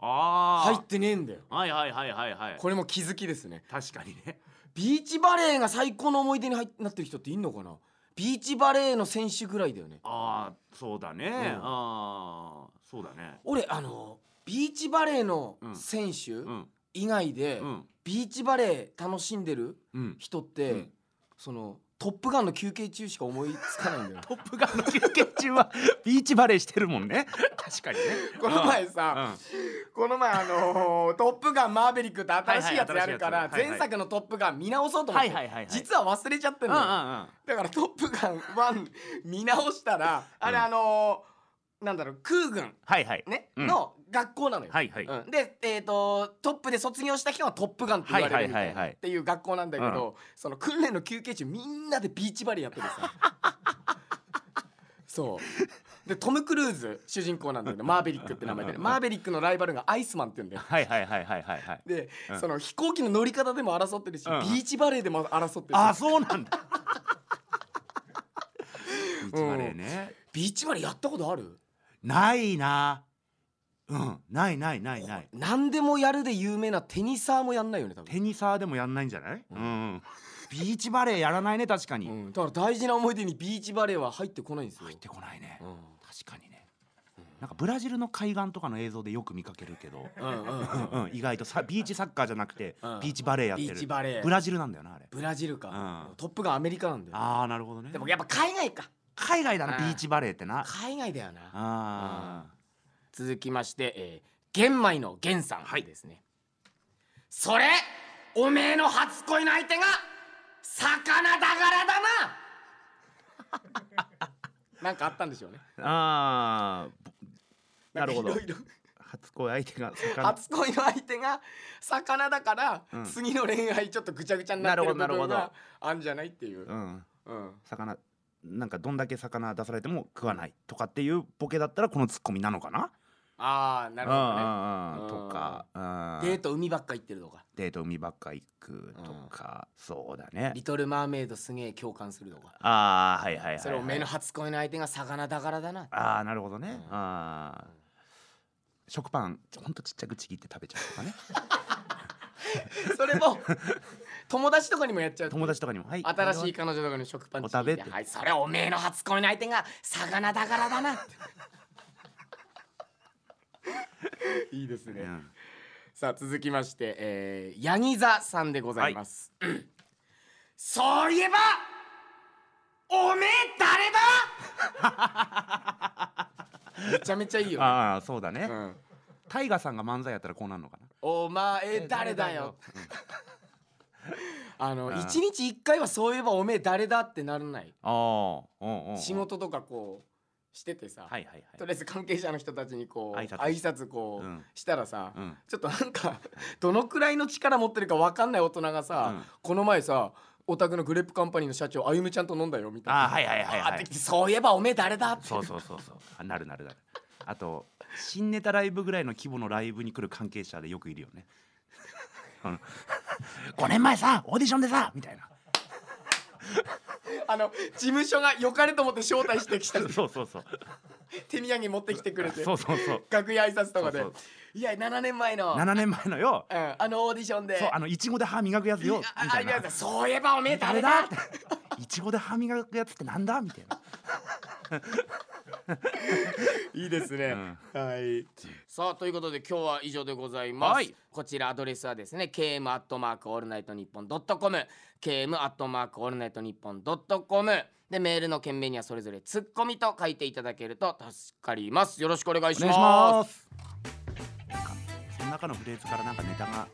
Speaker 2: あ
Speaker 1: な入
Speaker 2: ー
Speaker 1: ってねえんだよ
Speaker 2: はいはいはいはいはい
Speaker 1: これも気づきですね
Speaker 2: 確かにね
Speaker 1: ビーチバレーが最高の思い出に入なってる人っていんのかなビーチバレーの選手ぐらいだよね
Speaker 2: ああそうだね、
Speaker 1: ん
Speaker 2: ああそうだね
Speaker 1: 俺あのビーチバレーの
Speaker 2: うん
Speaker 1: 選手
Speaker 2: うん
Speaker 1: 以外で、
Speaker 2: うん
Speaker 1: ビーチバレー楽しんでる
Speaker 2: うん
Speaker 1: 人って、
Speaker 2: うん
Speaker 1: その「トップガン」の休憩中しか思いつかない んだよ
Speaker 2: トップガンの休憩中はビーチバレーしてるもんね確かにね
Speaker 1: この前さ、この前あのートップガンマーベリック」って新しいやつやるから、
Speaker 2: はいはい新しいや
Speaker 1: 前
Speaker 2: つ
Speaker 1: 作の「トップガン」見直そうと思って、
Speaker 2: はいはいはいはい
Speaker 1: 実は忘れちゃってん
Speaker 2: うん
Speaker 1: の
Speaker 2: うん
Speaker 1: よ、
Speaker 2: うん
Speaker 1: だから「トップガン1」見直したらあれあのーなんだろう空軍
Speaker 2: はいはい
Speaker 1: ね、
Speaker 2: うん
Speaker 1: の学校なのよ。
Speaker 2: はいはい
Speaker 1: うんで、えー、とトップで卒業した人がトップガンって言われるみたいな
Speaker 2: はいはいはいはい
Speaker 1: っていう学校なんだけど、その訓練の休憩中みんなでビーチバレーやってる さそうでトム・クルーズ主人公なんだけどマーベリックって名前でねマーベリックのライバルがアイスマンって言うんだよ
Speaker 2: はいはいはいはいはいはい
Speaker 1: で、
Speaker 2: うん
Speaker 1: その飛行機の乗り方でも争ってるし、
Speaker 2: うん
Speaker 1: ビーチバレーでも争ってるし
Speaker 2: ああそうなんだビーチバレーね、
Speaker 1: ビーチバレーやったことある
Speaker 2: ないなうんないないないない
Speaker 1: 何でもやるで有名なテニサーもやんないよね多分、
Speaker 2: テニサーでもやんないんじゃない、うんビーチバレーやらないね確かに、
Speaker 1: う
Speaker 2: 入
Speaker 1: ん、だから大事な思い出にビーチバレーは入ってこないんですよ、
Speaker 2: ってこないね、
Speaker 1: うん
Speaker 2: 確かにねなんかブラジルの海岸とかの映像でよく見かけるけど、
Speaker 1: うんうんうん
Speaker 2: うんうん、意外とさビーチサッカーじゃなくて、
Speaker 1: うん
Speaker 2: ビーチバレーやってる
Speaker 1: ビーチバレー
Speaker 2: ブラジルなんだよなあれ
Speaker 1: ブラジルか、
Speaker 2: うん
Speaker 1: トップがアメリカなんだよ
Speaker 2: ああなるほどね
Speaker 1: でもやっぱ海外か
Speaker 2: 海外だ
Speaker 1: う
Speaker 2: なんビーチバレーってな
Speaker 1: 海外だよな
Speaker 2: あー
Speaker 1: 続きまして、えー、玄米の玄さんですね、それおめえの初恋の相手が魚だからだ ななんかあったんでしょうね
Speaker 2: あーなるほど
Speaker 1: んかいろいろ
Speaker 2: 初恋相手が魚
Speaker 1: 初恋の相手が魚だから、
Speaker 2: うん
Speaker 1: 次の恋愛ちょっとぐちゃぐちゃになってる部
Speaker 2: なるほ
Speaker 1: 分
Speaker 2: どなる
Speaker 1: が
Speaker 2: ほ
Speaker 1: あんじゃないっていう、
Speaker 2: うん
Speaker 1: うん、
Speaker 2: 魚なんかどんだけ魚出されても食わないとかっていうボケだったらこのツッコミなのかな
Speaker 1: ああなるほどね
Speaker 2: うんうんうん
Speaker 1: うん
Speaker 2: とかうん
Speaker 1: デート海ばっか行ってるとか
Speaker 2: デート海ばっか行くとかそうだね
Speaker 1: リトルマーメイドすげえ共感するとか
Speaker 2: ああはいはいはいはい
Speaker 1: それおめえの初恋の相手が魚だからだな。
Speaker 2: ああなるほどね、
Speaker 1: うん
Speaker 2: ああ食パンほんとちっちゃくちぎって食べちゃうと かね
Speaker 1: それ も友達とかにもやっちゃう。
Speaker 2: 友達とかにも「はい
Speaker 1: 新しい彼女とかに食パン
Speaker 2: お食べって
Speaker 1: はい、それおめえの初恋の相手が魚だからだな。いいです
Speaker 2: これ
Speaker 1: ね。
Speaker 2: は
Speaker 1: さあ続きまして、えー、ヤギ座さんでございます。そういえばおめえ誰だ めちゃめちゃいい
Speaker 2: うん
Speaker 1: よ、ね。
Speaker 2: ああそうだね、
Speaker 1: うん
Speaker 2: タイガさんが漫才やったらこうなるのかな
Speaker 1: お前誰だよ。
Speaker 2: うん
Speaker 1: あの
Speaker 2: うん
Speaker 1: 一日一回はそういえばおめえ誰だってならない。
Speaker 2: ああうんうんうん
Speaker 1: 仕事とかこうしててさ、
Speaker 2: はいはい
Speaker 1: とり
Speaker 2: は
Speaker 1: あえず関係者の人たちにこう挨
Speaker 2: 挨拶
Speaker 1: 拶こう、
Speaker 2: うん
Speaker 1: したらさ、
Speaker 2: うん
Speaker 1: ちょっとなんか どのくらいの力持ってるかわかんない大人がさ、
Speaker 2: うん
Speaker 1: この前さお宅のグレープカンパニーの社長あゆむちゃんと飲んだよみたいな
Speaker 2: あーはいはいはいはい
Speaker 1: あーってきてそういえばおめえ誰だっ
Speaker 2: い
Speaker 1: て
Speaker 2: そうそうそうそうあなるなるなるあと新ネタライブぐらいの規模のライブに来る関係者でよくいるよねあの5年前さオーディションでさ みたいな
Speaker 1: あの事務所が良かれと思って招待してきた
Speaker 2: そうそうそう
Speaker 1: 手土産持ってきてくれて
Speaker 2: そうそうそう
Speaker 1: 楽屋挨拶とかで
Speaker 2: そう
Speaker 1: いや7年前の、うん、
Speaker 2: 7年前のよ
Speaker 1: あのオーディションで
Speaker 2: そうあのいちごで歯磨くやつよ
Speaker 1: あ
Speaker 2: みた
Speaker 1: ありがとう
Speaker 2: い
Speaker 1: ござい
Speaker 2: な
Speaker 1: ますそういえばおめえ誰
Speaker 2: 誰
Speaker 1: だ
Speaker 2: だっていちごで歯磨くやつってなんだみたいない
Speaker 1: いですね、はいさあということで今日は以上でございます、
Speaker 2: はい
Speaker 1: こちらアドレスはですね km アットマークオールナイトニッポンドットコム km アットマークオールナイトニッポンドットコムでメールの件名にはそれぞれツッコミと書いていただけると助かりますよろしくお願いし
Speaker 2: お
Speaker 1: ま
Speaker 2: 願い
Speaker 1: す
Speaker 2: しますなんかその中のフレーズからなんかネタが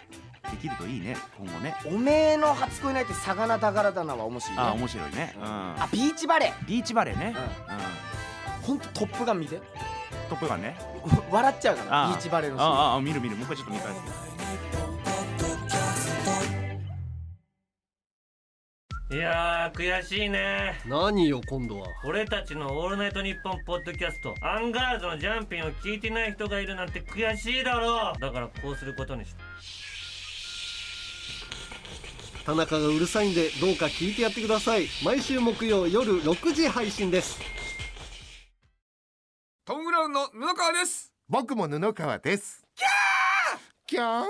Speaker 2: できるといいね今後ね
Speaker 1: おめえの初恋の相手魚だからだなは面白いね
Speaker 2: あー面白いね、うん、
Speaker 1: あビーチバレー
Speaker 2: ビーチバレーね、
Speaker 1: うほ
Speaker 2: うん
Speaker 1: んとトップガン見て
Speaker 2: トップガンね
Speaker 1: 笑っちゃうから
Speaker 2: あ
Speaker 1: ビーチバレーのシーン
Speaker 2: あああ見る見るもう一回ちょっと見返す
Speaker 7: いやー悔しいね
Speaker 8: 何よ今度は
Speaker 7: 俺たちの「オールナイトニッポン」ポッドキャストアンガールズのジャンピンを聞いてない人がいるなんて悔しいだろうだからこうすることにした
Speaker 8: 田中がうるさいんでどうか聞いてやってください毎週木曜夜6時配信です
Speaker 1: トム・ブラウンの布川です
Speaker 9: 僕も布川ですキャー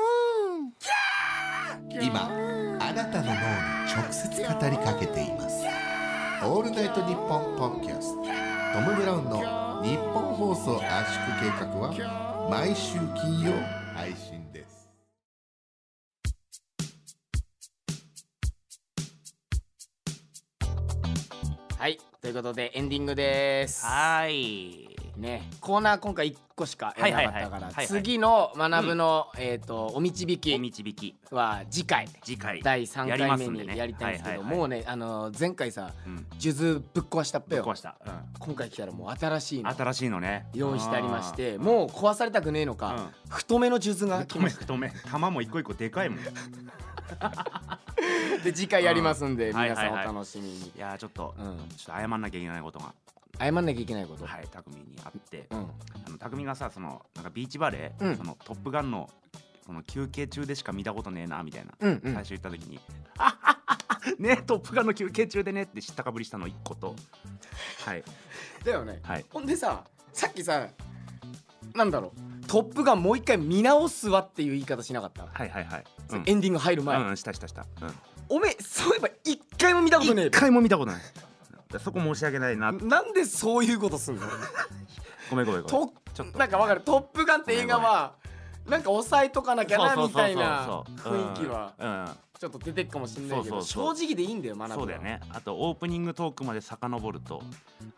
Speaker 9: キャー今あなたの脳に直接語りかけていますオールナイトニッポンポッドキャストトム・ブラウンの日本放送圧縮計画は毎週金曜配信です
Speaker 1: はいということでエンディングです
Speaker 2: はーい
Speaker 1: ねコーナー今回一個しかやらなかったか
Speaker 2: はいはいはいは
Speaker 1: ら
Speaker 2: い
Speaker 1: 次の学ぶのえっとお導
Speaker 2: お
Speaker 1: き
Speaker 2: 導き
Speaker 1: は次回
Speaker 2: 次回
Speaker 1: 第三
Speaker 2: やり
Speaker 1: 回
Speaker 2: ます
Speaker 1: 目
Speaker 2: んで
Speaker 1: に
Speaker 2: ね
Speaker 1: やりたいんですけど
Speaker 2: はいはいはい
Speaker 1: もうねあの前回さ
Speaker 2: うん
Speaker 1: 数珠ぶっ壊したっぺ
Speaker 2: ぶっ
Speaker 1: よ
Speaker 2: 壊した、
Speaker 1: 今回来たらもう新しい
Speaker 2: うん
Speaker 1: の
Speaker 2: 新しいのね
Speaker 1: 用意してありましてもう壊されたくねえのか太めの数珠が来
Speaker 2: 止
Speaker 1: ま
Speaker 2: め
Speaker 1: し
Speaker 2: 止め玉も一個一個でかいもんい
Speaker 1: たで次回やりますんで
Speaker 2: うんはい
Speaker 1: 皆
Speaker 2: はいは
Speaker 1: さん
Speaker 2: い
Speaker 1: お楽しみに
Speaker 2: やーちょっと、
Speaker 1: うん
Speaker 2: ちょっと謝んなきゃいけないことが
Speaker 1: 謝んなきゃいけないこと
Speaker 2: はい匠にあって
Speaker 1: うん
Speaker 2: あの匠がさそのなんかビーチバレー、
Speaker 1: うん
Speaker 2: そのトップガンのこの休憩中でしか見たことねえなみたいな、
Speaker 1: うんう
Speaker 2: 最
Speaker 1: ん
Speaker 2: 初言った時に 「あはははねトップガンの休憩中でね」って知ったかぶりしたの一個とはい
Speaker 1: だよね
Speaker 2: はい
Speaker 1: ほんでささっきさなんだろう「トップガン」もう一回見直すわっていう言い方しなかった、
Speaker 2: はいはいはい、うん
Speaker 1: エンディング入る前、
Speaker 2: うんうんしたしたした、うん
Speaker 1: おめえそういえば一回も見たことねえ
Speaker 2: 一回も見た ことないそこ申し訳ないな
Speaker 1: なんでそういうことすんの
Speaker 2: ごめんごめんごめん
Speaker 1: と
Speaker 2: ちょっと
Speaker 1: なんかわかる「トップガン」って映画はなんか抑えとかなきゃなみたいな雰囲気は
Speaker 2: うんうん
Speaker 1: ちょっと出てくかもしんないけど
Speaker 2: そうそうそう
Speaker 1: 正直でいいんだよ学ぶのは
Speaker 2: そうだよねあとオープニングトークまで遡ると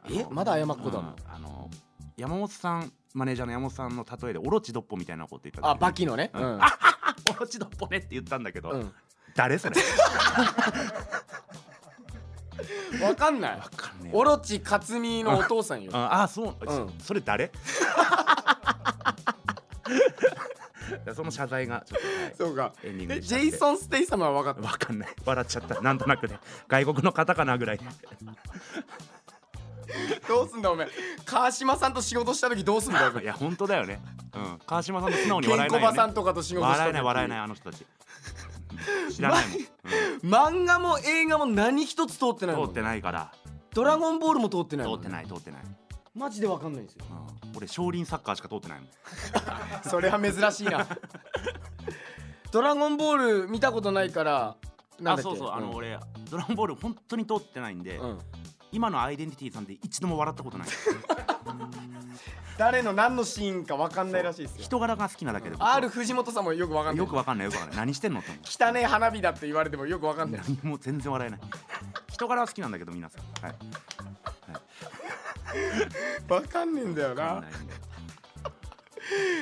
Speaker 2: あの
Speaker 1: えまだ謝っこだもん
Speaker 2: うんあの山本さんマネージャーの山本さんの例えでオロチドッポみたいなこと言った時に
Speaker 1: あバキのね
Speaker 2: う
Speaker 1: うんん、
Speaker 2: オロチドッポねって言ったんだけど、
Speaker 1: うん
Speaker 2: 誰それ
Speaker 1: わかんない
Speaker 2: わかんねえ
Speaker 1: オロチ克実のお父さんよ
Speaker 2: ああそう、
Speaker 1: うん
Speaker 2: そそれ誰 その謝罪がちょっと、
Speaker 1: そうか
Speaker 2: エンディング
Speaker 1: で
Speaker 2: にし
Speaker 1: ジ
Speaker 2: たん
Speaker 1: ェ
Speaker 2: で
Speaker 1: イソン・ステイ様は分かった
Speaker 2: はいわかんない笑っちゃったなんとなくね外国の方かなぐらい
Speaker 1: どうすんだおめえ川島さんと仕事した時どうすんだよおめ
Speaker 2: い
Speaker 1: え
Speaker 2: や本当だよね、うん、川島さんと素直に
Speaker 1: ケ
Speaker 2: 笑
Speaker 1: ン
Speaker 2: え
Speaker 1: コ
Speaker 2: ないよ
Speaker 1: バ
Speaker 2: ね
Speaker 1: さんとかと仕事した時
Speaker 2: 笑えない笑えないあの人たち知 らないもん、
Speaker 1: 漫画も映画も何一つ通ってない
Speaker 2: うん
Speaker 1: もん
Speaker 2: 通ってないから
Speaker 1: ドラゴンボールも通ってない
Speaker 2: 通
Speaker 1: もん
Speaker 2: ってない通ってない、
Speaker 1: マジで分かんないんですよ
Speaker 2: うん、俺少林サッカーしか通ってないもん
Speaker 1: それは珍しいな ドラゴンボール見たことないからなんだ
Speaker 2: あ
Speaker 1: っけ
Speaker 2: そうそうあの
Speaker 1: ん
Speaker 2: 俺ドラゴンボール本当に通ってないんで、
Speaker 1: うん
Speaker 2: 今のアイデンティティさんで一度も笑ったこ とない
Speaker 1: 誰の何のシーンか分かんないらしいですよ
Speaker 2: 人柄が好きなだけで僕は
Speaker 1: R 藤本さんもよく分かんない
Speaker 2: よくわかんないよくわかんない何してんのって思う
Speaker 1: 汚ねえ花火だって言われてもよく分かん ない
Speaker 2: 何も全然笑えない人柄は好きなんだけど皆さんはい
Speaker 1: 分かんねえんだよな
Speaker 2: わかんないんで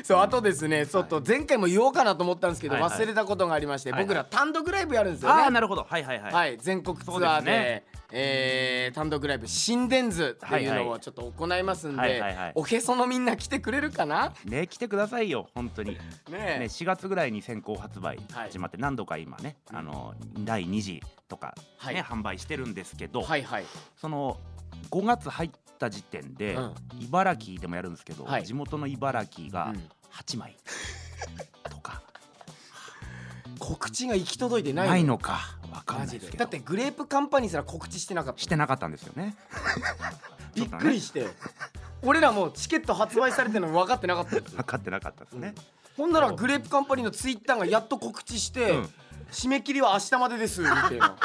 Speaker 1: そうあとですねちょっと前回も言おうかなと思ったんですけど
Speaker 2: はいはい
Speaker 1: 忘れたことがありまして
Speaker 2: はいはい
Speaker 1: 僕ら単独ライブやるんですよ
Speaker 2: ああ
Speaker 1: ね
Speaker 2: なるほどはいはいはい、
Speaker 1: はい全国ツ
Speaker 2: そ
Speaker 1: ア
Speaker 2: う
Speaker 1: ー
Speaker 2: ですね
Speaker 1: でえー単独ライブ「心電図」っていう
Speaker 2: はい
Speaker 1: の
Speaker 2: は
Speaker 1: を
Speaker 2: い
Speaker 1: ちょっと行いますん
Speaker 2: はい
Speaker 1: で
Speaker 2: はいはい
Speaker 1: おへそのみんな来てくれるかな
Speaker 2: ね来てくださいよ本当にね、
Speaker 1: ね
Speaker 2: 4月ぐらいに先行発売
Speaker 1: はい
Speaker 2: 始まって何度か今ね、あの第2次とか、ね
Speaker 1: はい
Speaker 2: 販売してるんですけど、
Speaker 1: えはいはい
Speaker 2: その5月入った時点で、
Speaker 1: うん
Speaker 2: 茨城でもやるんですけど、
Speaker 1: はい
Speaker 2: 地元の茨城が
Speaker 1: うん
Speaker 2: 8枚とか、
Speaker 1: 告知が行き届いて ない
Speaker 2: ないのかわかん
Speaker 1: マ
Speaker 2: ない
Speaker 1: ジ
Speaker 2: です
Speaker 1: で
Speaker 2: け
Speaker 1: だ
Speaker 2: ど
Speaker 1: ってグレープカンパニーすら告知してなかっ
Speaker 2: したてなかったんですよね ち
Speaker 1: び
Speaker 2: ょ
Speaker 1: っ
Speaker 2: とね
Speaker 1: くりして俺らもうチケット発売されてるの分かってなかったんですよ
Speaker 2: 分かってなかったですね、
Speaker 1: ほんならグレープカンパニーのツイッターがやっと告知して、
Speaker 2: うん
Speaker 1: 締め切りは明日までですみたいな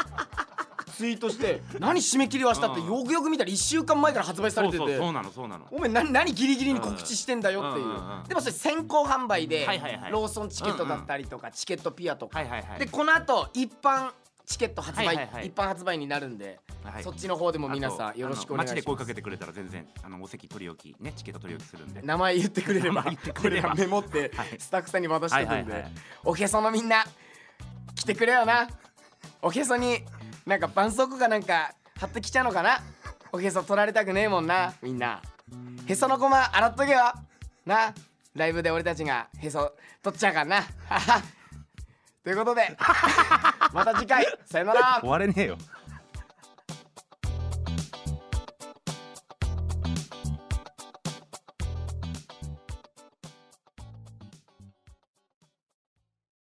Speaker 1: ツイートして何締め切りは明日って
Speaker 2: うん
Speaker 1: よくよく見たら1週間前から発売されてて
Speaker 2: そうそうそうなのそうなの
Speaker 1: お前何何ギリギリに告知してんだよっていう、
Speaker 2: うんうんうん
Speaker 1: でもそれ先行販売で、
Speaker 2: はいはいはい
Speaker 1: ローソンチケットだったりとか、チケットピアとか、
Speaker 2: はいはいはい
Speaker 1: でこの後一般チケット発売、
Speaker 2: はいはいはい
Speaker 1: 一般発売になるんで、
Speaker 2: はい
Speaker 1: そっちの方でも皆さ
Speaker 2: あ
Speaker 1: ん
Speaker 2: と
Speaker 1: よろしくお願いしま
Speaker 2: あの街です声かけてくれたら全然あのお席取り置きねチケット取り置きするんで
Speaker 1: 名前言ってくれれば
Speaker 2: 名前言ってくれれば
Speaker 1: これはメモって
Speaker 2: はい
Speaker 1: スタッフさんに渡してくんで、
Speaker 2: はいはいはい
Speaker 1: おへそのみんな来てくれよなおへそになんか絆創膏かなんか貼ってきちゃうのかなおへそ取られたくねえもんなみんなへそのごま洗っとけよなライブで俺たちがへそ取っちゃうからなということで また次回さよなら
Speaker 2: 終われねえよ